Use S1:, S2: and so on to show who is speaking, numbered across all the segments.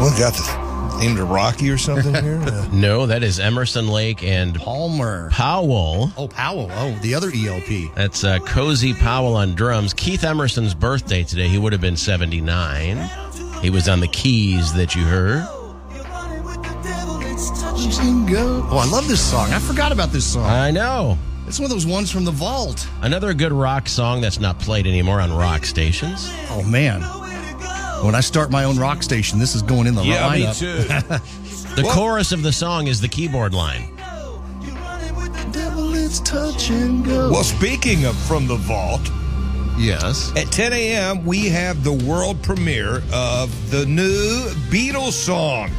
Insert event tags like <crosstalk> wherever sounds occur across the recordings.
S1: What got this named a Rocky or
S2: <laughs>
S1: something here? Uh,
S3: No, that is Emerson Lake and
S2: Palmer.
S3: Powell.
S2: Oh, Powell. Oh, the other ELP.
S3: That's uh, Cozy Powell on drums. Keith Emerson's birthday today. He would have been 79. He was on the keys that you heard.
S2: Oh, I love this song. I forgot about this song.
S3: I know.
S2: It's one of those ones from the vault.
S3: Another good rock song that's not played anymore on rock stations.
S2: Oh, man. When I start my own rock station, this is going in the
S4: Yeah, me
S2: lineup.
S4: too.
S3: The chorus of the song is the keyboard line.
S2: <laughs> Devil, it's touch and go.
S1: well, speaking of From the Vault,
S2: Yes.
S1: at 10 a.m., we have the world premiere of the new Beatles song.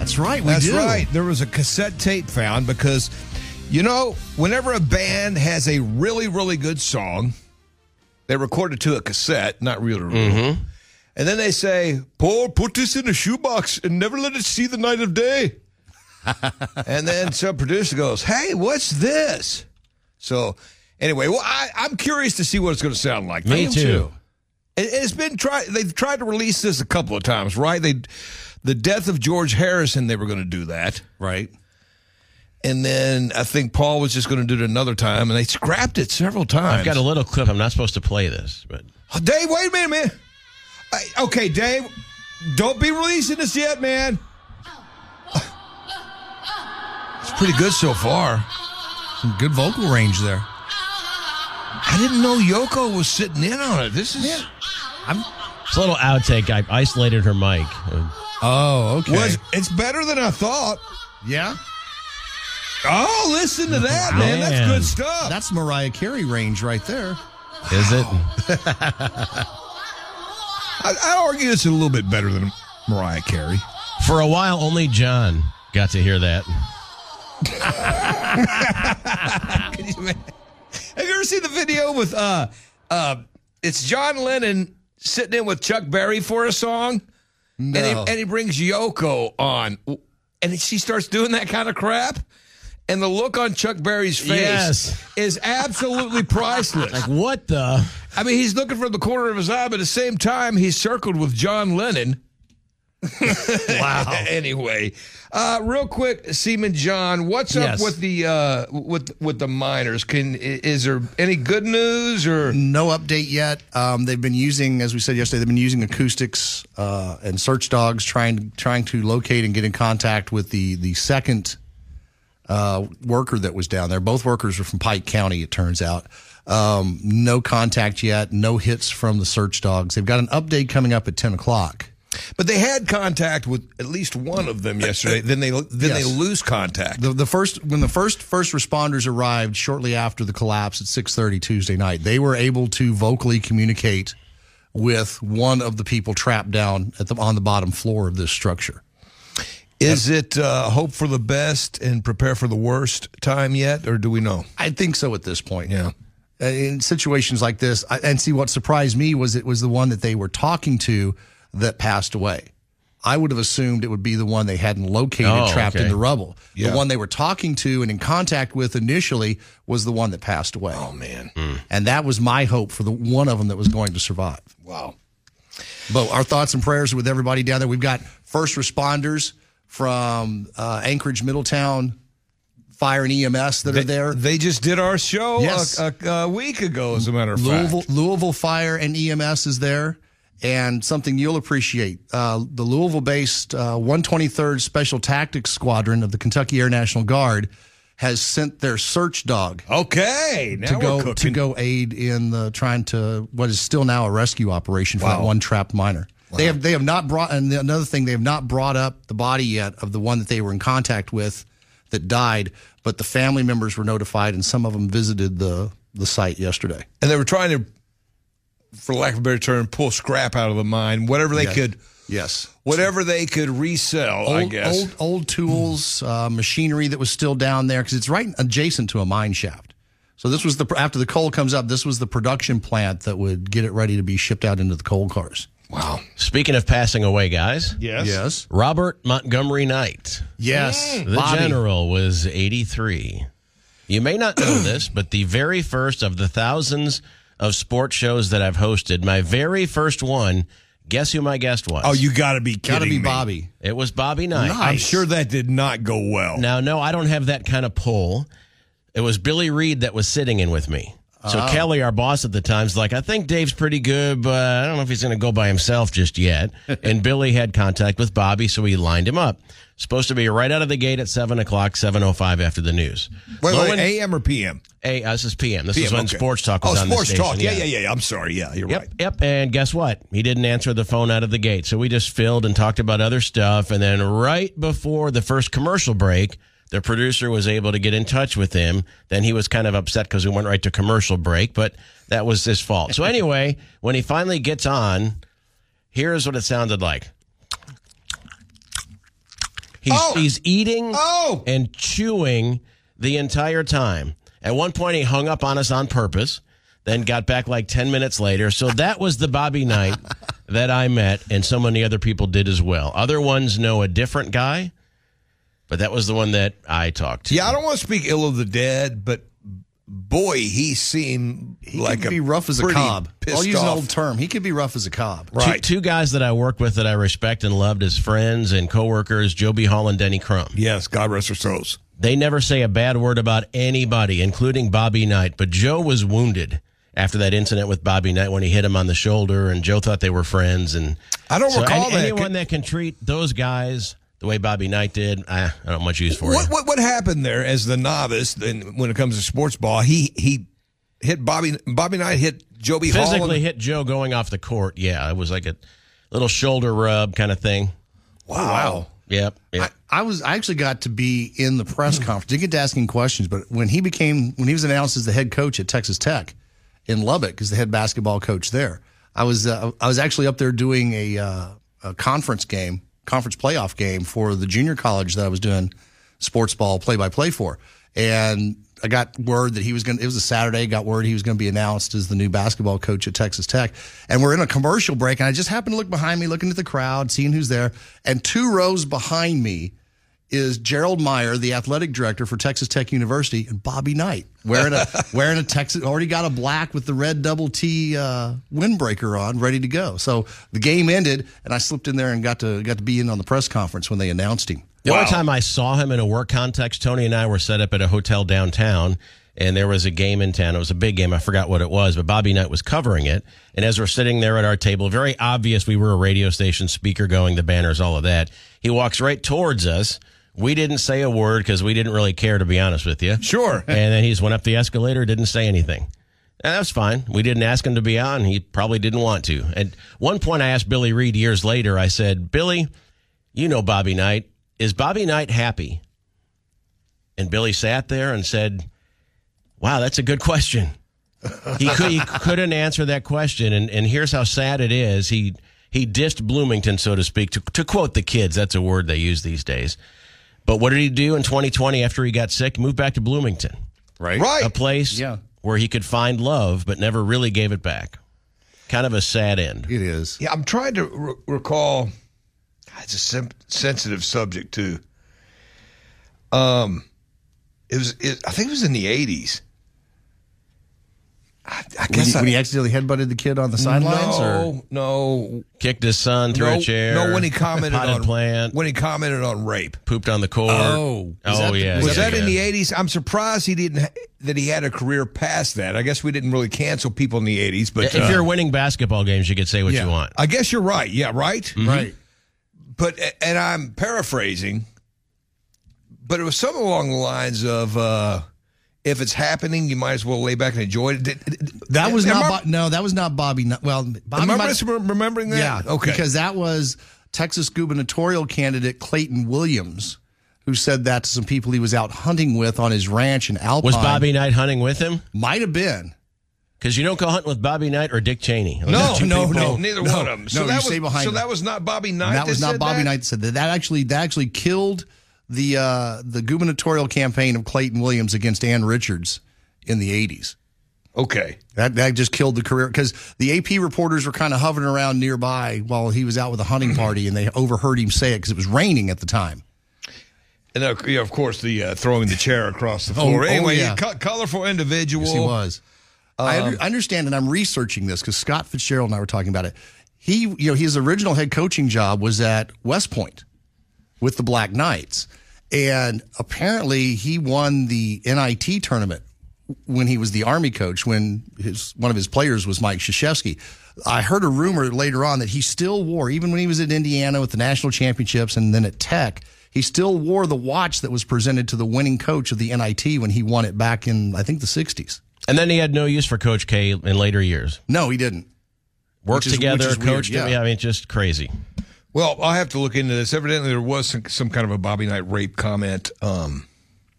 S2: That's right. We
S1: That's
S2: do.
S1: right. There was a cassette tape found because, you know, whenever a band has a really, really good song, they record it to a cassette, not reel to reel.
S3: Mm-hmm.
S1: And then they say, Paul, put this in a shoebox and never let it see the night
S3: <laughs>
S1: of day. and then some producer goes, Hey, what's this? So, anyway, well, I, I'm curious to see what it's going to sound like.
S3: Me too.
S1: It, it's been tried. They've tried to release this a couple of times, right? They, the death of George Harrison, they were going to do that, right? And then I think Paul was just going to do it another time, and they scrapped it several times.
S3: I've got a little clip. I'm not supposed to play this, but
S1: Oh, Dave, wait a minute, man. I- okay, Dave, don't be releasing this yet, man. <sighs> It's pretty good so far.
S2: Some good vocal range there.
S1: I didn't know Yoko was sitting in on it. This is
S3: it's a little outtake. I isolated her mic.
S2: Oh, okay.
S1: was it's better than I thought.
S2: yeah.
S1: Oh, listen to that, man. That's
S3: Man.
S1: good stuff.
S2: That's Mariah Carey range right there.
S3: Is it?
S1: I, I argue it's a little bit better than Mariah Carey.
S3: For a while, only John got to hear that.
S1: Have you ever seen the video with uh uh it's John Lennon sitting in with Chuck Berry for a song? No. And he, and he brings Yoko on and she starts doing that kind of crap. And the look on Chuck Berry's face
S3: Yes.
S1: is absolutely priceless.
S3: What the?
S1: I mean, he's looking from the corner of his eye, but at the same time, he's circled with
S2: <laughs>
S1: John Lennon. wow. <laughs> anyway, uh, real quick, Seaman John, what's
S3: Yes.
S1: up with the uh, with with the miners? Can i- is there any good news or
S2: No update yet. Um, they've been using, as we said yesterday, they've been using acoustics uh, and search dogs trying trying to locate and get in contact with the the second uh, worker that was down there. Both workers were from Pike County, it turns out. Um, no contact yet. No hits from the search dogs. They've got an update coming up at ten o'clock.
S1: But they had contact with at least one of them yesterday. then they then they
S2: Yes.
S1: lose contact.
S2: The, the first when the first first responders arrived shortly after the collapse at 6:30 Tuesday night, they were able to vocally communicate with one of the people trapped down at the on the bottom floor of this structure.
S1: Is it uh, hope for the best and prepare for the worst time yet, or do we know?
S2: I think so at this point. Yeah. In situations like this, I, and see what surprised me was it was the one that they were talking to that passed away. I would have assumed it would be the one they hadn't located
S3: Oh,
S2: trapped
S3: okay.
S2: in the rubble.
S1: Yeah.
S2: The one they were talking to and in contact with initially was the one that passed away.
S1: Oh man,
S2: And that was my hope for the one of them that was going to survive.
S1: wow.
S2: But our thoughts and prayers are with everybody down there. We've got first responders from uh, Anchorage, Middletown, Fire and EMS that are there.
S1: They just did our show
S2: Yes.
S1: a, a, a week ago, as a matter of
S2: Louisville,
S1: fact.
S2: Louisville Fire and EMS is there. And something you'll appreciate uh, the Louisville based uh, 123rd Special Tactics Squadron of the Kentucky Air National Guard has sent their search dog
S1: Okay, now
S2: to
S1: we're
S2: go,
S1: cooking.
S2: to go aid in the trying to what is still now a rescue operation for that
S1: Wow.
S2: one trapped miner. They have they have not brought and another thing they have not brought up the body yet of the one that they were in contact with that died, but the family members were notified and some of them visited the the site yesterday.
S1: and they were trying to, for lack of a better term, pull scrap out of the mine, whatever they could,
S2: Yes.
S1: whatever they could resell. I
S2: Old-
S1: guess.
S2: Old, old tools, uh, machinery that was still down there because it's right adjacent to a mine shaft. So this was the after the coal comes up, this was the production plant that would get it ready to be shipped out into the coal cars.
S1: Wow.
S3: Speaking of passing away, guys,
S1: Yes.
S2: Yes.
S3: Robert Montgomery Knight,
S2: Yes.
S3: the general, was 83. You may not know this, but the very first of the thousands of sports shows that I've hosted, my very first one Guess who my guest was?
S1: Oh, you got to be kidding
S2: Gotta be
S1: me.
S2: Bobby.
S3: It was Bobby Knight.
S1: I'm sure that did not go well.
S3: Now, no, I don't have that kind of pull. It was Billy Reed that was sitting in with me. So
S1: Oh.
S3: Kelly, our boss at the time, is like, I think Dave's pretty good, but I don't know if he's going to go by himself just
S1: <laughs>
S3: yet. and Billy had contact with Bobby, so he lined him up. Supposed to be right out of the gate at seven o'clock, seven o five after the news.
S1: Wait,
S3: Lo
S1: wait,
S3: and-
S1: AM or PM?
S3: Hey, uh, this is PM. This is
S1: PM,
S3: when
S1: okay.
S3: sports talk was
S1: oh,
S3: on the
S1: sports
S3: station.
S1: talk. Yeah, yeah, yeah, yeah. I'm sorry. Yeah, you're
S3: Yep,
S1: right.
S3: yep. And guess what? He didn't answer the phone out of the gate. So we just filled and talked about other stuff. And then right before the first commercial break, the producer was able to get in touch with him. Then he was kind of upset because we went right to commercial break, but that was his fault. So anyway, <laughs> when he finally gets on, here's what it sounded like. He's,
S1: Oh.
S3: he's eating
S1: Oh.
S3: and chewing the entire time. At one point, he hung up on us on purpose, then got back like 10 minutes later. So that was the Bobby Knight
S1: <laughs>
S3: that I met, and so many other people did as well. Other ones know a different guy, but that was the one that I talked to.
S1: Yeah, I don't want to speak ill of the dead, but boy, he seemed like
S2: could
S1: a
S2: be rough as a
S1: pretty
S2: cob.
S1: Pissed
S2: I'll use an
S1: off-
S2: old term. He could be rough as a cob.
S3: Two-
S1: Right.
S3: Two, guys that I worked with that I respect and loved as friends and coworkers, Joe B. Hall and Denny Crum.
S1: Yes, God rest her souls.
S3: They never say a bad word about anybody, including Bobby Knight. But Joe was wounded after that incident with Bobby Knight when he hit him on the shoulder, and Joe thought they were friends. And
S1: I don't
S3: so
S1: recall
S3: any-
S1: that.
S3: anyone that can treat those guys the way Bobby Knight did, I, I don't much use for
S1: What,
S3: you.
S1: what what happened there as the novice? Then when it comes to sports ball, he he hit Bobby Bobby Knight hit Joby Hall.
S3: Physically
S1: and-
S3: hit Joe going off the court. Yeah, it was like a little shoulder rub kind of thing.
S1: wow.
S3: Yep. yep.
S2: I was I actually got to be in the press conference. Didn't get to asking questions, but when he became when he was announced as the head coach at Texas Tech in Lubbock as the head basketball coach there, I was uh, I was actually up there doing a, uh, a conference game, conference playoff game for the junior college that I was doing sports ball play by play for, and I got word that he was going. to It was a Saturday. Got word he was going to be announced as the new basketball coach at Texas Tech, and we're in a commercial break, and I just happened to look behind me, looking at the crowd, seeing who's there, and two rows behind me is Gerald Meyer, the athletic director for Texas Tech University, and Bobby Knight wearing a wearing a Texas already got a black with the red double T uh, windbreaker on, ready to go. So the game ended, and I slipped in there and got to got to be in on the press conference when they announced him.
S3: The only time I saw him in a work context, Tony and I were set up at a hotel downtown, and there was a game in town. It was a big game. I forgot what it was, but Bobby Knight was covering it. And as we're sitting there at our table, very obvious we were a radio station speaker going, the banners, all of that. He walks right towards us. We didn't say a word because we didn't really care, to be honest with you.
S1: Sure.
S3: <laughs> And then he just went up the escalator, didn't say anything. And that was fine. We didn't ask him to be on. He probably didn't want to. At one point, I asked Billy Reed years later, I said, Billy, you know Bobby Knight. Is Bobby Knight happy? And Billy sat there and said, Wow, that's a good question. He, could, he couldn't answer that question. And, and here's how sad it is. He, he dissed Bloomington, so to speak. To, to quote the kids, that's a word they use these days. But what did he do in 2020 after he got sick? Moved back to Bloomington,
S2: Right.
S1: Right.
S3: a place
S2: Yeah.
S3: where he could find love, but never really gave it back. Kind of a sad end.
S2: It is.
S1: Yeah, I'm trying to re- recall. It's a sim- sensitive subject too. Um, it was. It, I think it was in the '80s. I, I
S2: When
S1: guess
S2: he,
S1: I,
S2: when he accidentally headbutted the kid on the sidelines, or
S1: no, no,
S3: Kicked his son through
S1: no,
S3: a chair.
S1: no. When he commented
S3: potted
S1: on
S3: plant,
S1: when he commented on rape.
S3: pooped on the court.
S2: Oh. Is
S3: oh
S2: that the-
S3: yeah.
S1: Was
S3: yeah,
S1: that in
S3: yeah.
S1: the '80s? I'm surprised he didn't ha- that he had a career past that. I guess we didn't really cancel people in the '80s, but
S3: If
S1: uh,
S3: you're winning basketball games, you could say what
S2: Yeah.
S3: you want.
S1: I guess you're right. Yeah, right.
S2: right?
S1: But and I'm paraphrasing, but it was something along the lines of, uh, "If it's happening, you might as well lay back and enjoy it." Did- did-
S2: That was
S1: am
S2: not.
S1: I-
S2: Bo- no, that was not Bobby. Kn- Well, Bobby
S1: Am I
S2: might-
S1: misremembering that?
S2: Yeah.
S1: Okay.
S2: Because that was Texas gubernatorial candidate Clayton Williams who said that to some people he was out hunting with on his ranch in Alpine.
S3: Was Bobby Knight hunting with him?
S2: Might have been.
S3: Because you don't go hunting with Bobby Knight or Dick Cheney.
S1: no,
S2: two
S1: no,
S2: people.
S1: no, neither
S2: No,
S1: one of them. So
S2: no, you
S1: that was
S2: stay behind
S1: so
S2: them.
S1: that was not Bobby Knight.
S2: And that was
S1: that
S2: not
S1: said
S2: Bobby
S1: that?
S2: Knight that said that. That actually that actually killed the uh, the gubernatorial campaign of Clayton Williams against Ann Richards in the 80s.
S1: Okay.
S2: That that just killed the career because the AP reporters were kind of hovering around nearby while he was out with a hunting party and they overheard him say it because it was raining at the time.
S1: And uh, yeah, of course, the uh, throwing the chair across the floor.
S2: oh,
S1: anyway,
S2: yeah.
S1: co- colorful individual.
S2: Yes, he was. I under- understand, and I'm researching this because Scott Fitzgerald and I were talking about it. he you know his original head coaching job was at West Point with the Black Knights, and apparently he won the NIT tournament when he was the Army coach. When his one of his players was Mike Krzyzewski. I heard a rumor later on that he still wore even when he was at Indiana with the national championships and then at Tech. He still wore the watch that was presented to the winning coach of the NIT when he won it back in I think the '60s.
S3: <laughs> And then he had no use for Coach K in later years.
S2: No, he didn't.
S3: Worked
S2: is- which
S3: together,
S2: is
S3: coached
S2: weird,
S3: him.
S2: yeah.
S3: I mean, just crazy.
S1: Well, I'll have to look into this. Evidently, there was some, some kind of a Bobby Knight rape comment. Um,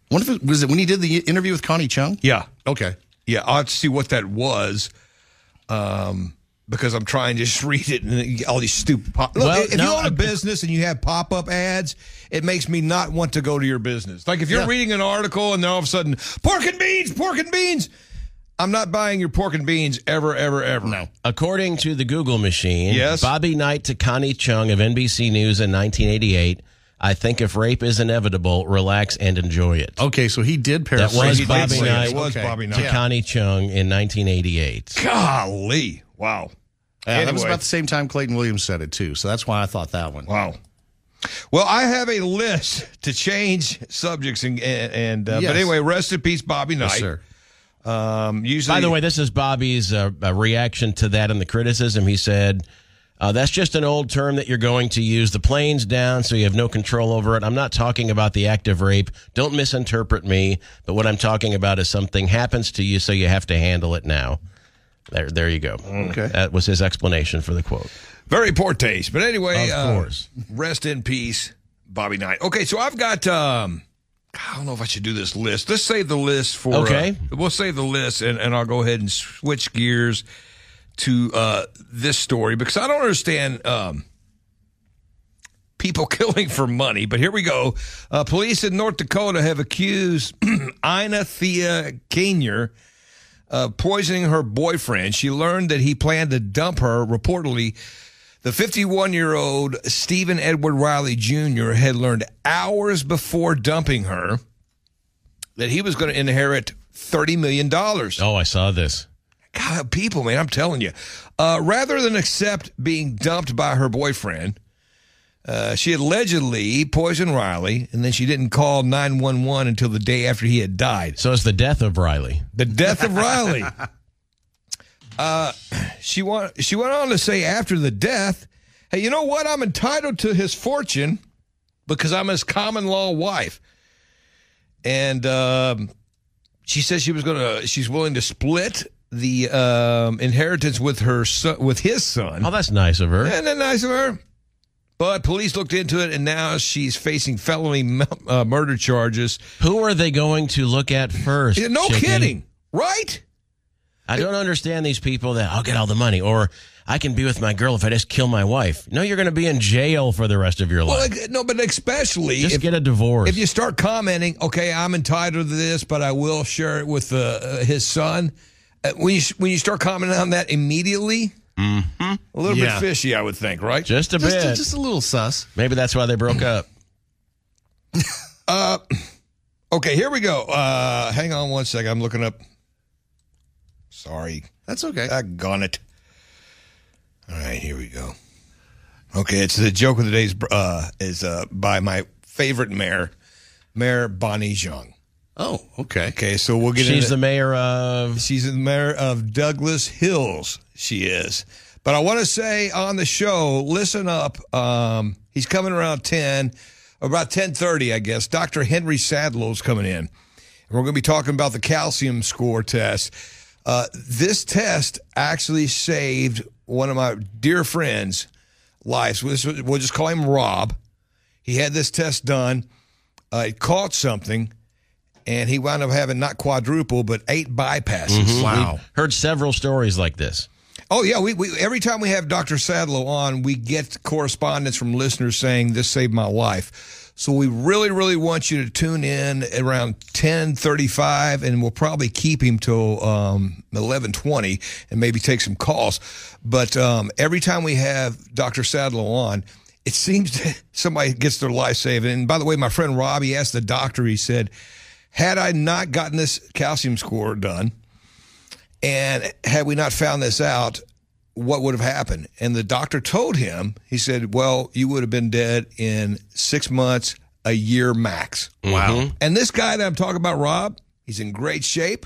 S2: What if it was it when he did the interview with Connie Chung?
S1: yeah.
S2: Okay.
S1: Yeah, I'll have to see what that was. Um, because I'm trying to <laughs> just read it and all these stupid pop. Look,
S3: Well,
S1: if you
S3: no,
S1: own a
S3: I'm-
S1: business and you have pop up ads, it makes me not want to go to your business. Like if you're reading an article and then all of a sudden, pork and beans, pork and beans. I'm not buying your pork and beans ever, ever, ever. No.
S3: According to the Google machine,
S1: Yes.
S3: Bobby Knight to Connie Chung of NBC News in 1988. I think if rape is inevitable, relax and enjoy it.
S2: Okay, so he did
S3: was
S2: paraphrase. what
S3: Bobby
S2: he said.
S3: Knight.
S1: It was
S2: Okay.
S1: Bobby
S3: To
S1: Knight.
S3: Connie Chung in 1988.
S1: Golly. Wow.
S2: Yeah, That was
S1: Anyway.
S2: about the same time Clayton Williams said it too, so that's why I thought that one.
S1: Wow. Well, I have a list to change subjects and and uh,
S2: Yes.
S1: but anyway, rest in peace, Bobby Knight.
S2: sir.
S1: Um, usually,
S3: By the way, this is Bobby's uh, uh, reaction to that and the criticism. He said, uh, "That's just an old term that you're going to use. The plane's down, so you have no control over it. I'm not talking about the act of rape. Don't misinterpret me. But what I'm talking about is something happens to you, so you have to handle it now." There, there you go. Okay, that was his explanation for the quote.
S1: very poor taste. But
S3: Of
S1: anyway, uh,
S3: course.
S1: rest in peace, Bobby Knight. Okay, so I've got. Um, I don't know if I should do this list. Let's save the list for. uh,
S3: Okay.
S1: we'll save the list, and and I'll go ahead and switch gears to uh, this story because I don't understand. Um, people <laughs> killing for money. But here we go. Uh, police in North Dakota have accused <clears throat> Ina Thea Kenyer of poisoning her boyfriend. She learned that he planned to dump her. Reportedly, the 51 year old Stephen Edward Riley Jr. had learned hours before dumping her that he was going to inherit $30 million.
S3: Oh, I saw this.
S1: God, people, man, I'm telling you. Uh, rather than accept being dumped by her boyfriend, uh, she allegedly poisoned Riley, and then she didn't call 911 until the day after he had died.
S3: So it's the death of Riley.
S1: The death of Riley. Uh, she went, she went on to say after the death, hey, you know what? I'm entitled to his fortune because I'm his common law wife. And um, she says she was gonna she's willing to split the um, inheritance with her son with his son.
S3: Oh, that's nice of her.
S1: Isn't that nice of her? But police looked into it, and now she's facing felony mu- uh, murder charges.
S3: Who are they going to look at first?
S1: No
S3: Chicken?
S1: kidding, right?
S3: I don't understand these people that I'll get all the money or I can be with my girl if I just kill my wife. No, you're going to be in jail for the rest of your
S1: Well,
S3: life.
S1: like, no, but especially
S3: just
S1: if,
S3: get a divorce.
S1: if you start commenting, okay, I'm entitled to this, but I will share it with uh, uh, his son. Uh, when you when you start commenting on that immediately, a little
S2: Yeah.
S1: bit fishy, I would think, right?
S3: Mm-hmm. just a
S2: Just,
S3: bit.
S2: just a little sus.
S3: Maybe that's why they broke up.
S1: okay, here we go. Uh, hang on one second. I'm looking up. Sorry,
S2: That's okay.
S1: I gone it. All right, here we go. Okay, it's the joke of the day's uh, is uh, by my favorite mayor, Mayor Bonnie Jung.
S2: oh, okay.
S1: Okay, so we'll get into
S3: She's the mayor of.
S1: She's the mayor of Douglas Hills. She is. But I want to say on the show, listen up. Um, he's coming around ten, about ten thirty, I guess. Doctor Henry Sadlow's coming in, and we're going to be talking about the calcium score test. Uh, this test actually saved one of my dear friends' lives. We'll just- We'll just call him Rob. He had this test done. Uh, it caught something, and he wound up having not quadruple but eight bypasses.
S2: Mm-hmm. Wow.
S3: Heard several stories like this.
S1: Oh yeah, we, we every time we have Dr. Sadlow on, we get correspondence from listeners saying this saved my life. So we really, really want you to tune in around ten thirty-five, and we'll probably keep him till um, eleven twenty, and maybe take some calls. But um, every time we have Dr. Sadlow on, it seems <laughs> that somebody gets their life saved. And by the way, my friend Robbie asked the doctor. He said, "Had I not gotten this calcium score done." And had we not found this out, what would have happened. And the doctor told him, he said, Well, you would have been dead in six months, a year max.
S3: Wow.
S1: And this guy that I'm talking about, Rob, he's in great shape.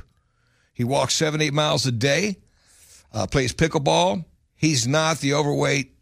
S1: He walks seven, eight miles a day, uh, plays pickleball. He's not the overweight,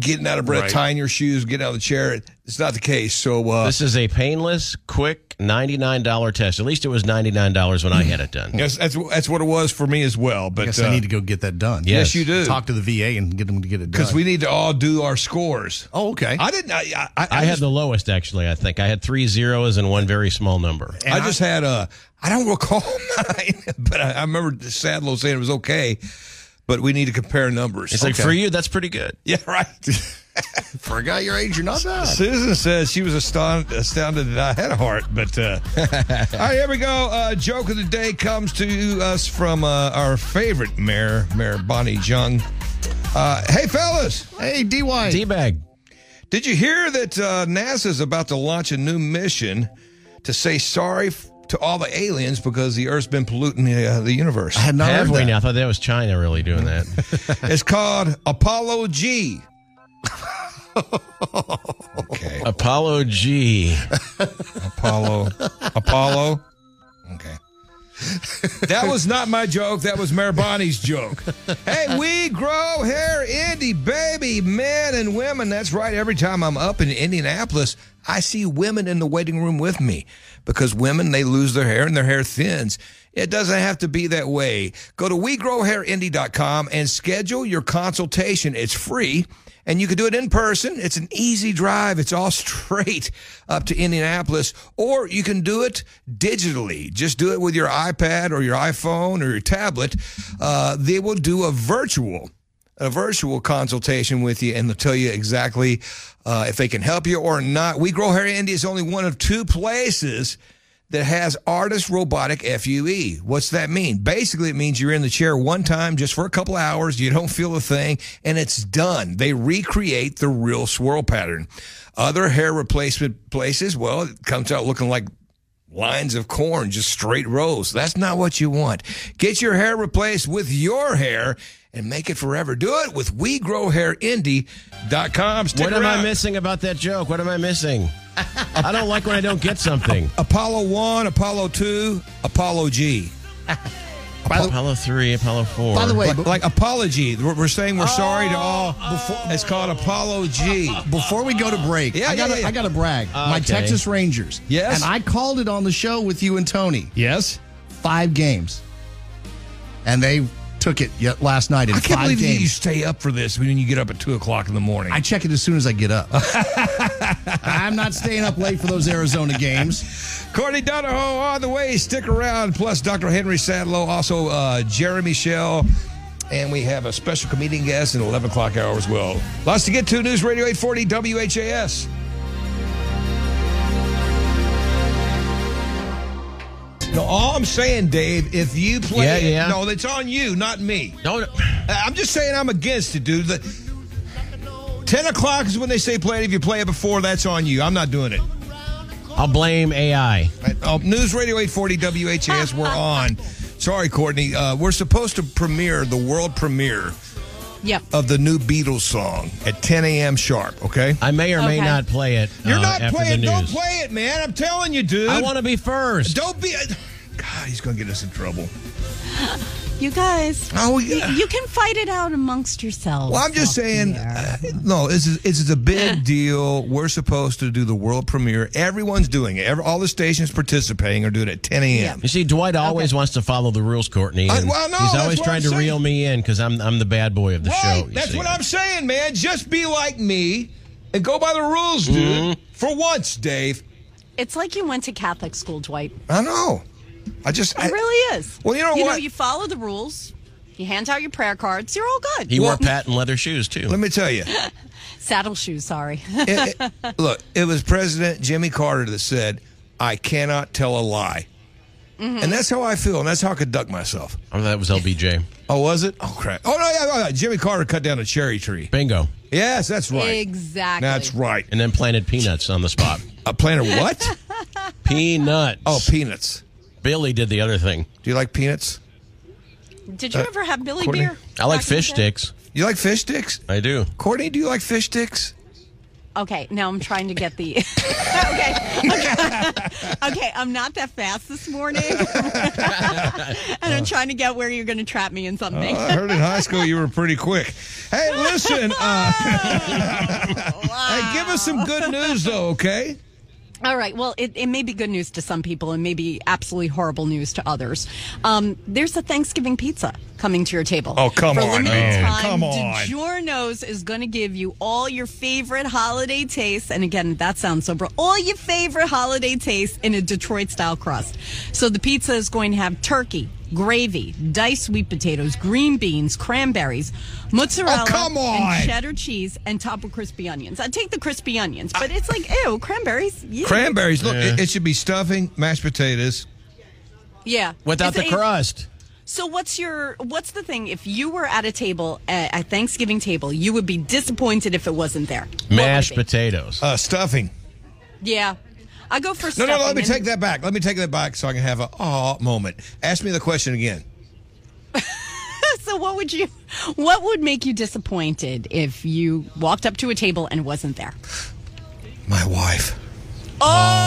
S1: getting out of breath,
S4: Right.
S1: tying your shoes, getting out of the chair. It's not the case. So, uh,
S3: This is a painless, quick $99 test. At least it was $99 when I had it done.
S1: yes, that's, that's what it was for me as well. But
S2: Guess
S1: uh,
S2: I need to go get that done.
S1: yes, you do.
S2: Talk to the VA and get them to get it done.
S1: Because we need to all do our scores.
S2: oh, okay.
S1: I didn't. I, I,
S3: I had the lowest, actually, I think. I had three zeros and one very small number.
S1: I just had a. I don't recall <laughs> mine, but I, I remember Sadlow saying it was okay. But we need to compare numbers.
S3: It's like, for you, that's pretty good.
S1: yeah, right.
S2: <laughs> for a guy your age, you're not bad.
S1: Susan says she was astounded, astounded that I had a heart. But
S2: <laughs>
S1: uh, all right, here we go. Uh, joke of the day comes to us from uh, our favorite mayor, Mayor Bonnie Jung. Uh, hey, fellas.
S2: Hey, DY.
S3: D-bag.
S1: Did you hear that uh, NASA's about to launch a new mission to say sorry f- to all the aliens because the Earth's been polluting the, uh, the universe?
S2: I had not
S3: Have
S2: heard
S3: we
S2: that.
S3: now? I thought that was China really doing
S1: <laughs>
S3: that.
S1: it's called Apollo G. okay,
S3: Apollo G.
S1: Apollo, Apollo. Okay. That was not my joke. That was Mayor Bonnie's joke. Hey, we grow hair, Indy, baby, men and women. That's right. Every time I'm up in Indianapolis, I see women in the waiting room with me because women, they lose their hair and their hair thins. It doesn't have to be that way. Go to wegrowhairindy.com and schedule your consultation. It's free. And you can do it in person. It's an easy drive. It's all <laughs> straight up to Indianapolis. Or you can do it digitally. Just do it with your iPad or your iPhone or your tablet. Uh, they will do a virtual. A virtual consultation with you, and they'll tell you exactly uh, if they can help you or not. We Grow Hair Indy is only one of two places that has artist robotic FUE. What's that mean? Basically, it means you're in the chair one time just for a couple hours, you don't feel a thing, and it's done. They recreate the real swirl pattern. Other hair replacement places, well, it comes out looking like lines of corn, just straight rows. That's not what you want. Get your hair replaced with your hair and make it forever. Do it with WeGrowHairIndy.com. Stick
S3: What am I
S1: around.
S3: missing about that joke? What am I missing? I don't like when I don't get something.
S1: <laughs> Apollo 1, Apollo 2, Apollo G.
S3: Apollo 3, Apollo 4.
S2: By the way,
S1: like, like apology. We're we're saying we're sorry to all. it's called apology.
S2: Before we go to break,
S1: Yeah,
S2: I
S1: yeah,
S2: gotta
S1: yeah.
S2: I gotta brag. My
S3: okay.
S2: Texas Rangers.
S1: Yes.
S2: And I called it on the show with you and Tony.
S1: Yes,
S2: Five games. And they took it yet last night in
S1: I can't
S2: five
S1: believe you-
S2: games.
S1: you stay up for this when you get up at two o'clock in the morning.
S2: I check it as soon as I get up. <laughs> I'm not staying up late for those Arizona games.
S1: Courtney Donahoe on the way. Stick around. Plus, Dr. Henry Sadlow, also uh, Jeremy Shell. And we have a special comedian guest in 11 o'clock hour as well. Lots to get to. News Radio 840 WHAS. No, all I'm saying, Dave, if you play
S3: Yeah,
S1: it-
S3: yeah.
S1: no, it's on you, not me.
S3: Don't.
S1: I- I'm just saying I'm against it, dude. The, 10 o'clock is when they say play it. If you play it before, that's on you. I'm not doing it.
S3: I'll blame AI.
S1: Uh, News Radio 840 WHAS, we're on. Sorry, Courtney. Uh, we're supposed to premiere the world premiere
S5: Yep.
S1: of the new Beatles song at 10 a.m. sharp, okay?
S3: I may or may
S5: Okay.
S3: not play it.
S1: You're
S3: uh,
S1: not
S3: after
S1: playing.
S3: The
S1: Don't
S3: news.
S1: play it, man. I'm telling you, dude.
S3: I want to be first.
S1: Don't be. God, he's going to get us in trouble.
S5: You guys,
S1: Oh,
S5: you,
S1: yeah.
S5: you can fight it out amongst yourselves.
S1: Well, I'm just
S5: off
S1: saying,
S5: the air.
S1: uh, no, this is, this is a <laughs> big deal. We're supposed to do the world premiere. Everyone's doing it. Every, all the stations participating are doing it at 10 a.m.
S3: You see, Dwight always wants to follow the rules, Courtney.
S1: I-
S3: and
S1: well, no,
S3: he's
S1: that's
S3: always
S1: what
S3: trying
S1: I'm
S3: to
S1: saying.
S3: reel me in because I'm I'm the bad boy of the
S1: Right.
S3: show. you
S1: That's
S3: see.
S1: what I'm saying, man. Just be like me and go by the rules, dude. For once, Dave.
S5: It's like you went to Catholic school, Dwight.
S1: I know. I just I-
S5: It really is.
S1: Well, you know
S5: You know,
S1: what?
S5: you follow the rules. You hand out your prayer cards. You're all good.
S3: He wore
S1: Well-
S3: patent leather shoes too.
S1: Let me tell
S5: <laughs>
S1: you.
S5: Saddle shoes, sorry.
S1: It- it- look, it was President Jimmy Carter that said, "I cannot tell a lie,"
S5: Mm-hmm.
S1: and that's how I feel, and that's how I conduct myself.
S3: oh, that was LBJ.
S1: Oh, was it? Oh crap! Oh no, yeah, yeah, yeah. Jimmy Carter cut down a cherry tree.
S3: Bingo,
S1: Yes, that's <laughs> right.
S5: Exactly.
S1: That's right.
S3: and then planted peanuts on the
S1: <laughs>
S3: spot.
S1: A planter
S5: <laughs>
S1: what?
S3: Peanuts.
S1: oh, peanuts.
S3: Billy did the other thing.
S1: Do you like peanuts?
S5: Did you ever have Billy
S1: uh, Courtney?
S5: beer?
S3: I like
S5: Back in
S3: fish
S5: the day?
S3: sticks.
S1: You like fish sticks?
S3: I do.
S1: Courtney, do you like fish sticks?
S5: Okay, now I'm trying to get the. <laughs> okay, okay, <laughs> okay. I'm not that fast this morning, <laughs> and
S1: <laughs>
S5: I'm trying to get where you're going to trap me in something.
S1: I heard in high school you were pretty quick. Hey, listen, uh,
S5: <laughs>
S1: hey, give us some good news though, okay?
S5: All right. Well, it, it may be good news to some people and maybe absolutely horrible news to others. Um, there's a Thanksgiving pizza coming to your table.
S1: Oh, come
S5: For
S1: on,
S5: limited
S1: man.
S5: time,
S1: Come on.
S5: DiGiorno's is going to give you all your favorite holiday tastes. And again, that sounds sober. All your favorite holiday tastes in a Detroit style crust. So the pizza is going to have turkey, gravy, diced sweet potatoes, green beans, cranberries, mozzarella,
S1: Oh, come on.
S5: and cheddar cheese, and top with crispy onions. I take the crispy onions, but it's like, ew, cranberries. Yeah.
S1: Cranberries. Look, it, it should be stuffing, mashed potatoes.
S5: Yeah.
S3: Without
S5: It's
S3: the
S5: a-
S3: crust.
S5: So what's your what's the thing? If you were at a table at a Thanksgiving table, you would be disappointed if it wasn't there. What would
S3: Mashed
S5: it be?
S3: potatoes.
S1: Uh, stuffing.
S5: Yeah. I go for
S1: No, no, no, let me
S5: stuffing
S1: take
S5: and-
S1: that back. Let me take that back so I can have a aw moment. Ask me the question again.
S5: <laughs> So what would you what would make you disappointed if you walked up to a table and wasn't there?
S1: My wife.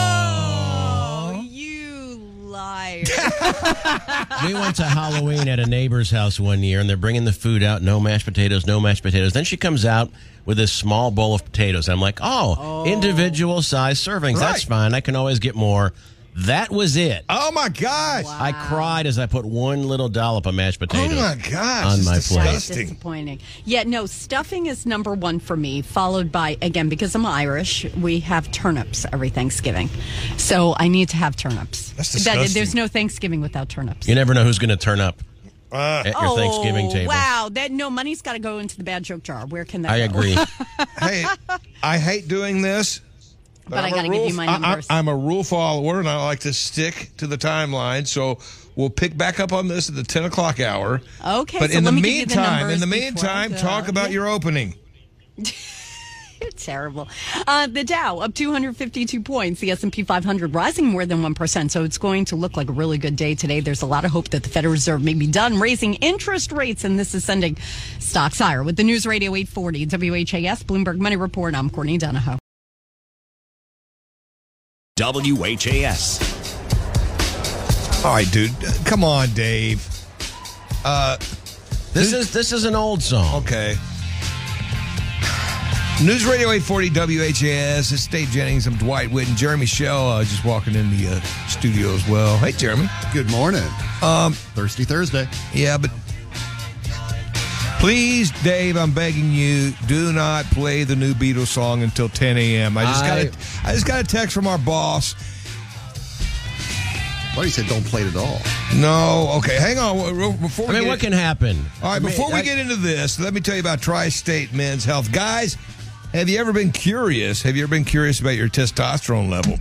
S5: Oh, you liar.
S3: <laughs> we went to Halloween at a neighbor's house one year, and they're bringing the food out. No mashed potatoes, no mashed potatoes. Then she comes out with this small bowl of potatoes. I'm like, oh, individual size servings. That's
S1: Right.
S3: fine. I can always get more. That was it.
S1: Oh my gosh.
S3: I cried as I put one little dollop of mashed
S1: Oh
S3: potatoes.
S1: my gosh.
S3: On
S1: it's
S3: my plate.
S1: disgusting.
S5: Disappointing. Yeah, no, stuffing is number one for me, followed by, again, because I'm Irish, we have turnips every Thanksgiving. So I need to have turnips.
S1: That's disgusting.
S5: there's no Thanksgiving without turnips.
S3: You never know who's going to turn up at your
S5: oh,
S3: Thanksgiving table.
S5: Wow, that no money's got to go into the bad joke jar. Where can that
S3: I
S5: go?
S3: agree.
S1: hey, I hate doing this.
S5: But I
S1: I'm a
S5: gotta give
S1: rule-
S5: you my
S1: I- I-
S5: numbers.
S1: I'm a rule follower, and I like to stick to the timeline. So we'll pick back up on this at the 10 o'clock hour.
S5: Okay,
S1: But
S5: so
S1: in the
S5: let me give you the
S1: meantime, in
S5: numbers
S1: the
S5: before I
S1: meantime,
S5: go.
S1: talk about your opening.
S5: Terrible. Uh, the Dow up 252 points. The S&P 500 rising more than 1%. So it's going to look like a really good day today. There's a lot of hope that the Federal Reserve may be done raising interest rates. And this is sending stocks higher. With the News Radio 840, WHAS, Bloomberg Money Report, I'm Courtney Donahoe.
S4: WHAS.
S1: All right, dude. Come on, Dave.
S3: this is this is an old song.
S1: Okay. News Radio 840 WHAS. It's Dave Jennings. I'm Dwight Whitten. Jeremy Shell uh, just walking in the uh, studio as well. Hey, Jeremy.
S2: Good morning. Um, Thirsty Thursday.
S1: Yeah, but please, Dave, I'm begging you, do not play the new Beatles song until 10 a.m. I just
S3: I-
S1: got a, I just got a text from our boss.
S2: Well, you said don't play it at all.
S1: No, okay, hang on. w- w- Before
S3: I mean,
S1: we
S3: what
S1: get,
S3: can happen?
S1: all right,
S3: I mean,
S1: before we
S3: I-
S1: get into this, let me tell you about Tri-State Men's Health, guys. Have you ever been curious? Have you ever been curious about your testosterone level?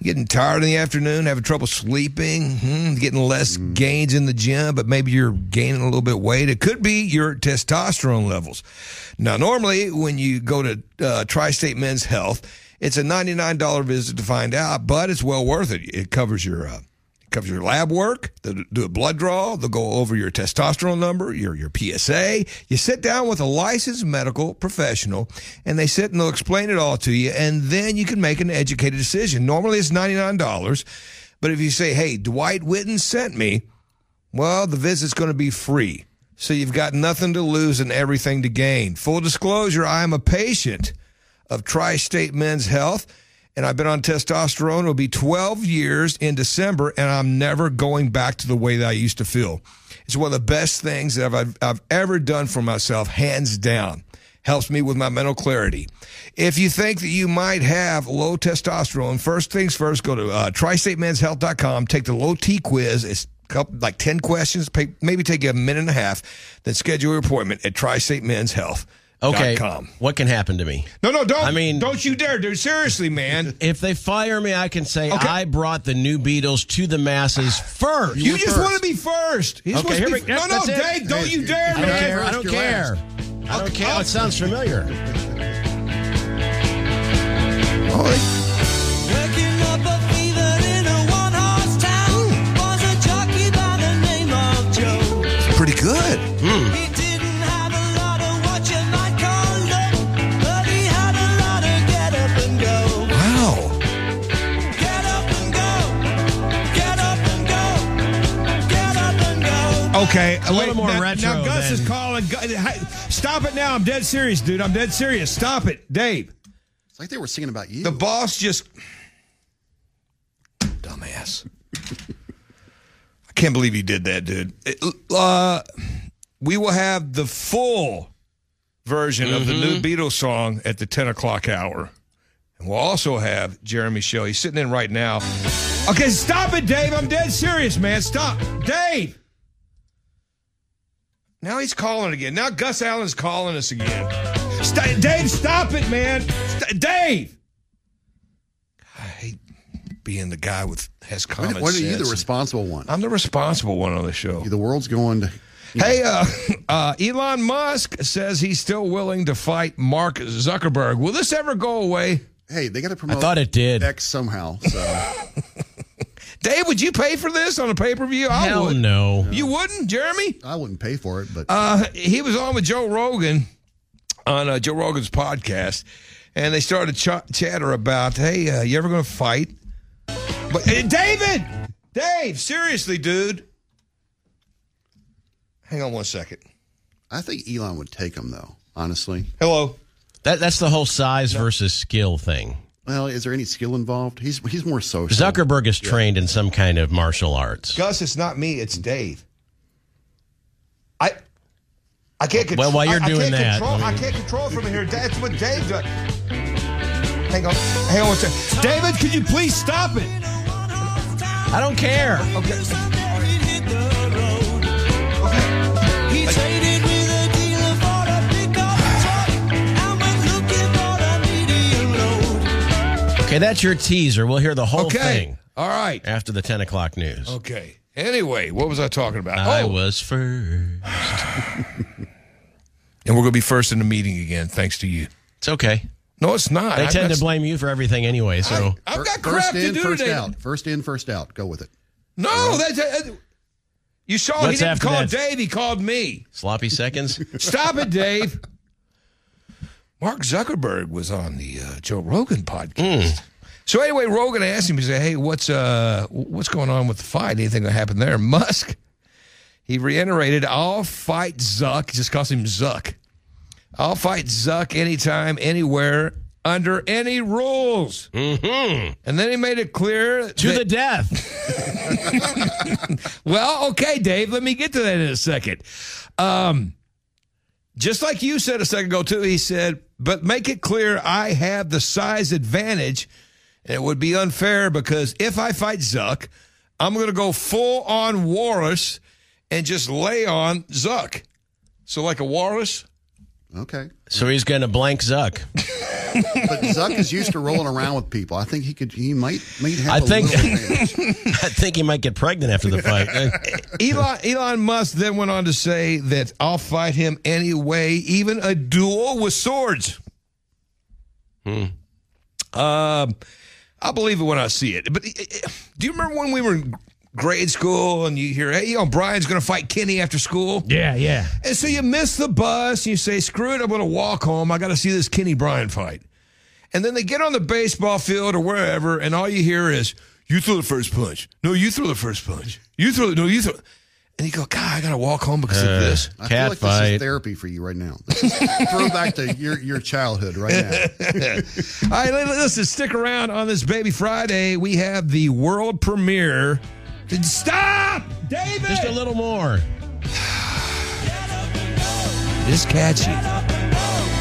S1: Getting tired in the afternoon, having trouble sleeping, hmm, getting less gains in the gym, but maybe you're gaining a little bit weight. It could be your testosterone levels. Now, normally when you go to uh, Tri State Men's Health, it's a $99 visit to find out, but it's well worth it. It covers your. Uh, it covers your lab work. They'll do a blood draw. They'll go over your testosterone number, your your PSA. You sit down with a licensed medical professional, and they sit and they'll explain it all to you, and then you can make an educated decision. Normally, it's ninety nine dollars, but if you say, "Hey, Dwight Whitten sent me," Well, the visit's going to be free. So you've got nothing to lose and everything to gain. Full disclosure, I am a patient of Tri State Men's Health, and I've been on testosterone. It'll be 12 years in December, and I'm never going back to the way that I used to feel. It's one of the best things that I've, I've ever done for myself, hands down helps me with my mental clarity. If you think that you might have low testosterone, first things first, go to uh, tristatemenshealth.com, take the low T quiz. It's couple, like 10 questions, pa- maybe take you a minute and a half, then schedule your appointment at tristatemenshealth.com.
S3: Okay. What can happen to me?
S1: No, no, don't.
S3: I mean-
S1: don't you dare, dude.
S3: <laughs>
S1: Seriously, man.
S3: If they fire me, I can say
S1: Okay.
S3: I brought the new Beatles to the masses first.
S1: You, just want to be first. He's
S3: Okay,
S1: supposed
S3: here
S1: to
S3: we-
S1: be.
S3: yep,
S1: No, no,
S3: that's it.
S1: Dave, don't you dare,
S3: I don't
S1: man.
S3: care. I don't
S2: Your
S3: care. I don't care. It sounds familiar.
S1: Pretty good.
S6: He did
S1: Oh.
S6: Okay,
S3: It's a little more
S6: now,
S3: retro
S6: Now Gus
S3: than-
S6: is calling. Gu- hi- Stop it now! I'm dead serious, dude. I'm dead serious. Stop it, Dave.
S7: It's like they were singing about you.
S1: The boss just
S6: <laughs>
S1: dumbass. I can't believe he did that, dude. It- uh, we will have the full version of the new Beatles song at the ten o'clock hour, and we'll also have Jeremy Shell. He's sitting in right now.
S6: Okay, stop it, Dave. I'm dead serious, man. Stop, Dave.
S1: Now he's calling again. Now Gus Allen's calling us again.
S6: Sta Dave, stop it, man. Sta Dave.
S1: I hate being the guy with has common
S7: When, when are you the
S1: sense.
S7: responsible one?
S1: I'm the responsible one on the show.
S7: The world's going to.
S1: Hey, uh, <laughs> uh, Elon Musk says he's still willing to fight Mark Zuckerberg. Will this ever go away?
S7: Hey, they got to promote.
S3: thought it did.
S7: X somehow. So
S1: Dave, would you pay for this on a pay per view? I
S3: Hell
S1: would.
S3: no.
S1: You wouldn't, Jeremy?
S7: I wouldn't pay for it, but
S1: Uh, he was on with Joe Rogan on uh, Joe Rogan's podcast, and they started ch- chatter about, hey, uh, you ever going to fight? But uh, David, Dave, seriously, dude. Hang on one second.
S7: I think Elon would take them though. Honestly,
S1: Hello.
S3: That, that's the whole size versus skill thing.
S1: Oh,
S7: well, is there any skill involved? He's he's more social.
S3: Zuckerberg is trained in some kind of martial arts.
S1: Gus, it's not me. It's Dave. I. I can't control.
S3: Well, while you're
S1: I, I
S3: doing
S1: can't
S3: that,
S1: control,
S3: let
S1: I
S3: me-
S1: can't control from here. That's what Dave does. Hang on, hang on one second. David, could you please stop it?
S3: I don't care.
S1: Okay,
S3: Okay, that's your teaser. We'll hear the whole
S1: okay, Oh.
S3: thing
S1: all right,
S3: after the 10 o'clock news.
S1: okay. Anyway, what was I talking about?
S3: I
S1: oh,
S3: was first.
S1: and we're gonna be first in the meeting again, thanks to you.
S3: It's okay.
S1: No, it's not.
S3: They
S1: I've
S3: tend
S1: got-
S3: to blame you for everything anyway, so.
S1: I've got
S7: First
S1: crap
S7: in,
S1: to do
S7: first
S1: today.
S7: out. First in, first out. Go with it.
S1: No, that's. Uh, you saw
S3: What's
S1: he didn't
S3: after
S1: call
S3: that?
S1: Dave. He called me.
S3: sloppy seconds.
S1: Stop it, Dave. Mark Zuckerberg was on the uh, Joe Rogan podcast. So anyway, Rogan asked him, he said, "Hey, what's uh, what's going on with the fight? Anything that happened there?" Musk, he reiterated, "I'll fight Zuck." He Just calls him Zuck. I'll fight Zuck anytime, anywhere, under any rules. Mm-hmm. And then he made it clear
S3: To
S1: that-
S3: the death.
S1: well, okay, Dave, let me get to that in a second. Um, just like you said a second ago, too, he said, but make it clear I have the size advantage. And it would be unfair because if I fight Zuck, I'm going to go full on walrus and just lay on Zuck. So, like a walrus?
S7: Okay,
S3: So he's going to blank Zuck. <laughs>
S7: but Zuck is used to rolling around with people. I think he could. He might. might have
S3: I
S7: a
S3: think-
S7: little advantage.
S3: I think he might get pregnant after the
S7: <laughs>
S3: fight.
S1: Elon, Elon Musk then went on to say that I'll fight him anyway, even a duel with swords. Um, I'll believe it when I see it. But eh, eh, do you remember when we were in grade school and you hear, hey, you know, Brian's going to fight Kenny after school?
S6: Yeah, yeah.
S1: And so you miss the bus and you say, screw it, I'm going to walk home. I got to see this Kenny Bryan fight. And then they get on the baseball field or wherever, and all you hear is, you threw the first punch. No, you threw the first punch. You threw it. No, you threw And you go, God, I got to walk home because
S6: Uh,
S1: of this.
S7: I feel
S3: Cat
S7: like this
S3: fight.
S7: is therapy for you right now. This is throwback to your your childhood right now.
S1: All right, li- listen, stick around on this Baby Friday. We have the world premiere. Stop, David!
S3: Just a little more.
S1: It's catchy.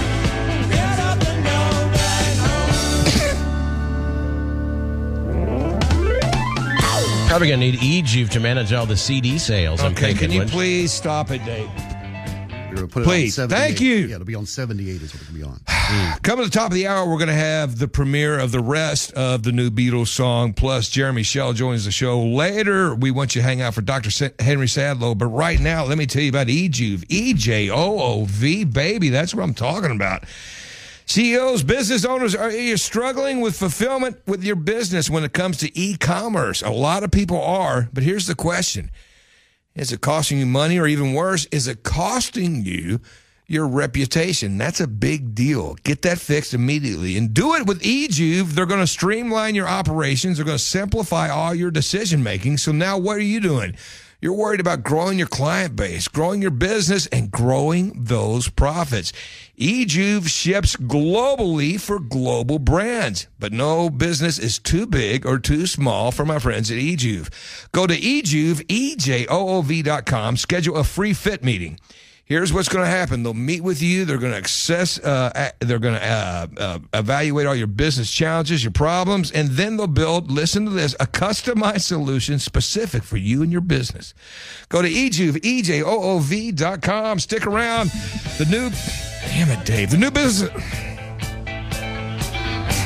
S3: Probably going to need Egypt to manage all the CD sales. I'm
S1: Okay,
S3: thinking.
S1: can you
S3: wouldn't-
S1: please stop it, Dave?
S7: We're gonna put it
S1: Please.
S7: on 78.
S1: Thank you.
S7: Yeah, it'll be on seventy eight. Is what it'll be on.
S1: Coming to the top of the hour, we're going to have the premiere of the rest of the new Beatles song. Plus, Jeremy Shell joins the show later. We want you to hang out for Dr. Sa- Henry Sadlow. But right now, let me tell you about E EJOOV. E-J-O-O-V, baby. That's what I'm talking about. CEOs, business owners, are you struggling with fulfillment with your business when it comes to e-commerce? A lot of people are, but here's the question. Is it costing you money or even worse, is it costing you your reputation? That's a big deal. Get that fixed immediately and do it with eJuve. They're going to streamline your operations. They're going to simplify all your decision making. So now what are you doing? You're worried about growing your client base, growing your business, and growing those profits. eJuve ships globally for global brands, but no business is too big or too small for my friends at eJuve. Go to eJuve, E E-J-O-O-V.com, schedule a free fit meeting. Here's what's going to happen. They'll meet with you. They're going to assess. Uh, a- they're going to uh, uh, evaluate all your business challenges, your problems, and then they'll build. Listen to this: a customized solution specific for you and your business. Go to ejuve E ejoov dot com. Stick around. The new, damn it, Dave. The new business. E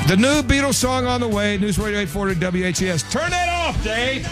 S1: The new Beatles song on the way. News Radio 840 WHES. Turn it off, Dave.